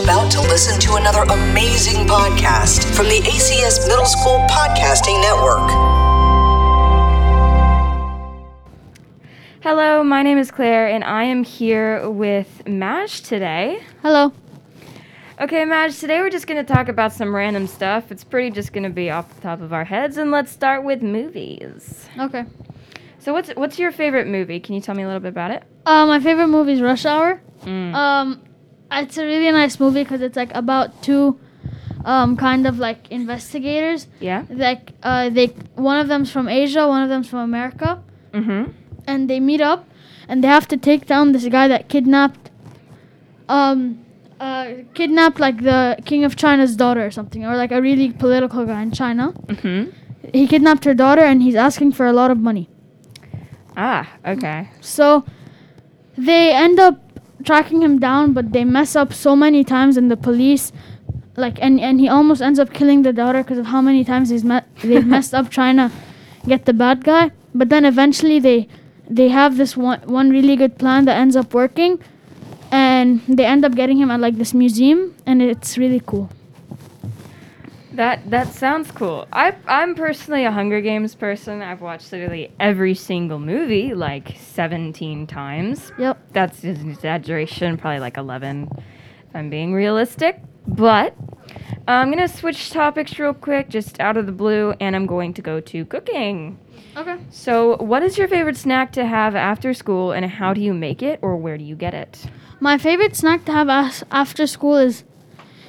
about to listen to another amazing podcast from the ACS Middle School Podcasting Network. Hello, my name is Claire, and I am here with Madge today. Hello. Okay, Madge, today we're just going to talk about some random stuff. It's pretty just going to be off the top of our heads, and let's start with movies. Okay. So, what's what's your favorite movie? Can you tell me a little bit about it? Uh, Uh, my favorite movie is Rush Hour. Mm. Um, it's a really nice movie because it's like about two, um, kind of like investigators. Yeah. Like uh, they one of them's from Asia, one of them's from America, Mm-hmm. and they meet up, and they have to take down this guy that kidnapped, um, uh, kidnapped like the king of China's daughter or something, or like a really political guy in China. Mm-hmm. He kidnapped her daughter, and he's asking for a lot of money. Ah, okay. So they end up tracking him down, but they mess up so many times, and the police, like, and, and he almost ends up killing the daughter because of how many times he's met, they've messed up trying to get the bad guy. But then eventually they they have this one one really good plan that ends up working, and they end up getting him at like this museum, and it's really cool. That that sounds cool. I I'm personally a Hunger Games person. I've watched literally every single movie like 17 times. Yep. That's an exaggeration, probably like 11 if I'm being realistic. But I'm going to switch topics real quick just out of the blue and I'm going to go to cooking. Okay. So, what is your favorite snack to have after school and how do you make it or where do you get it? My favorite snack to have as- after school is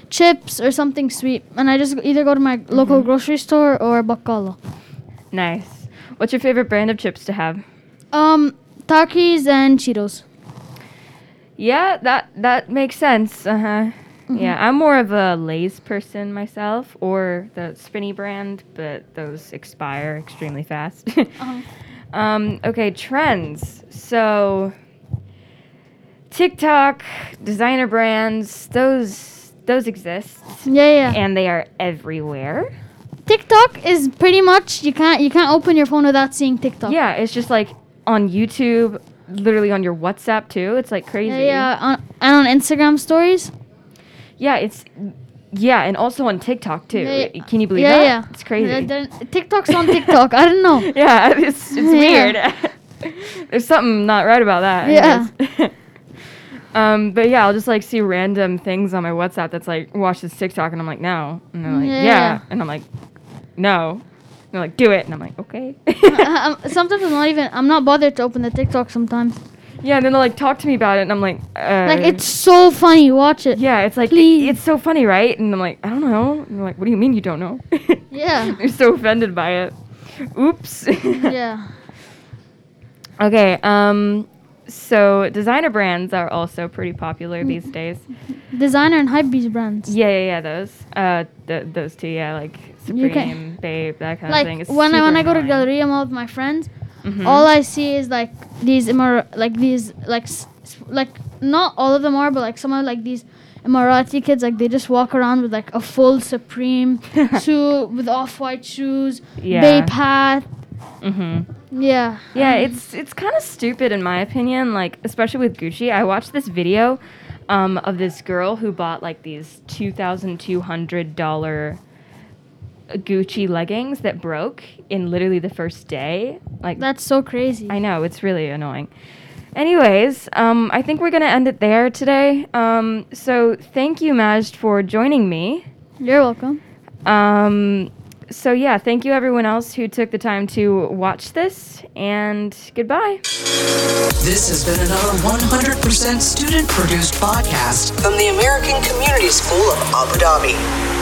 chips or something sweet, and I just either go to my local grocery store or Baccala. Nice. What's your favorite brand of chips to have? Um, Takis and Cheetos. Yeah, that that makes sense. Uh huh. Yeah, I'm more of a Lay's person myself, or the Spinny brand, but those expire extremely fast. um, okay, trends. So TikTok, designer brands, those those exist, Yeah, yeah. and they are everywhere. TikTok is pretty much you can't you can't open your phone without seeing TikTok. Yeah, it's just like on YouTube, literally on your WhatsApp too. It's like crazy. Yeah, yeah. On, and on Instagram stories. Yeah, it's yeah, and also on TikTok too. Yeah, yeah. Can you believe yeah, that? Yeah, It's crazy. Yeah, then- TikTok's on TikTok. I don't know. Yeah, it's it's Yeah. weird. There's something not right about that. Yeah. anyways. um, but yeah, I'll just like see random things on my WhatsApp that's like watch this TikTok, and I'm like, no, and they're like, yeah, Yeah. and I'm like, no, and they're like, do it, and I'm like, okay. I, I'm, Uh, um, sometimes I'm not even I'm not bothered to open the TikTok sometimes. yeah, and then they're like, talk to me about it, and I'm like, uh, Like it's so funny. Watch it. Yeah, it's like it- Please. it's so funny, right? And I'm like, I don't know. And they're like, what do you mean you don't know? Yeah. They're so offended by it. Oops. yeah. Okay. Um. So designer brands are also pretty Mm. popular these days. Designer and hypebeast brands. Yeah, yeah, yeah. Those. Uh, th- those two. Yeah, like You can- Supreme, Babe, that kind of like thing. It's when I when super I go to annoying. Mm-hmm. Galleria Mall with my friends, all I see is like these Emir- like these like s- s- like not all of them are, but like some are like these Emirati kids. Like they just walk around with like a full Supreme suit with off white shoes, Yeah. babe hat. Yeah, Mm-hmm. Yeah, it's it's kind of stupid in my opinion. Like especially with Gucci, I watched this video um, of this girl who bought like these two thousand two hundred dollar Gucci leggings that broke in literally the first day. Like that's so crazy. I know it's really annoying. Anyways, um, I think we're gonna end it there today. Um, so thank you, Majd, for joining me. You're welcome. Um, so yeah, thank you everyone else who took the time to watch this, and goodbye. This has been another 100% student produced podcast from the American Community School of Abu Dhabi.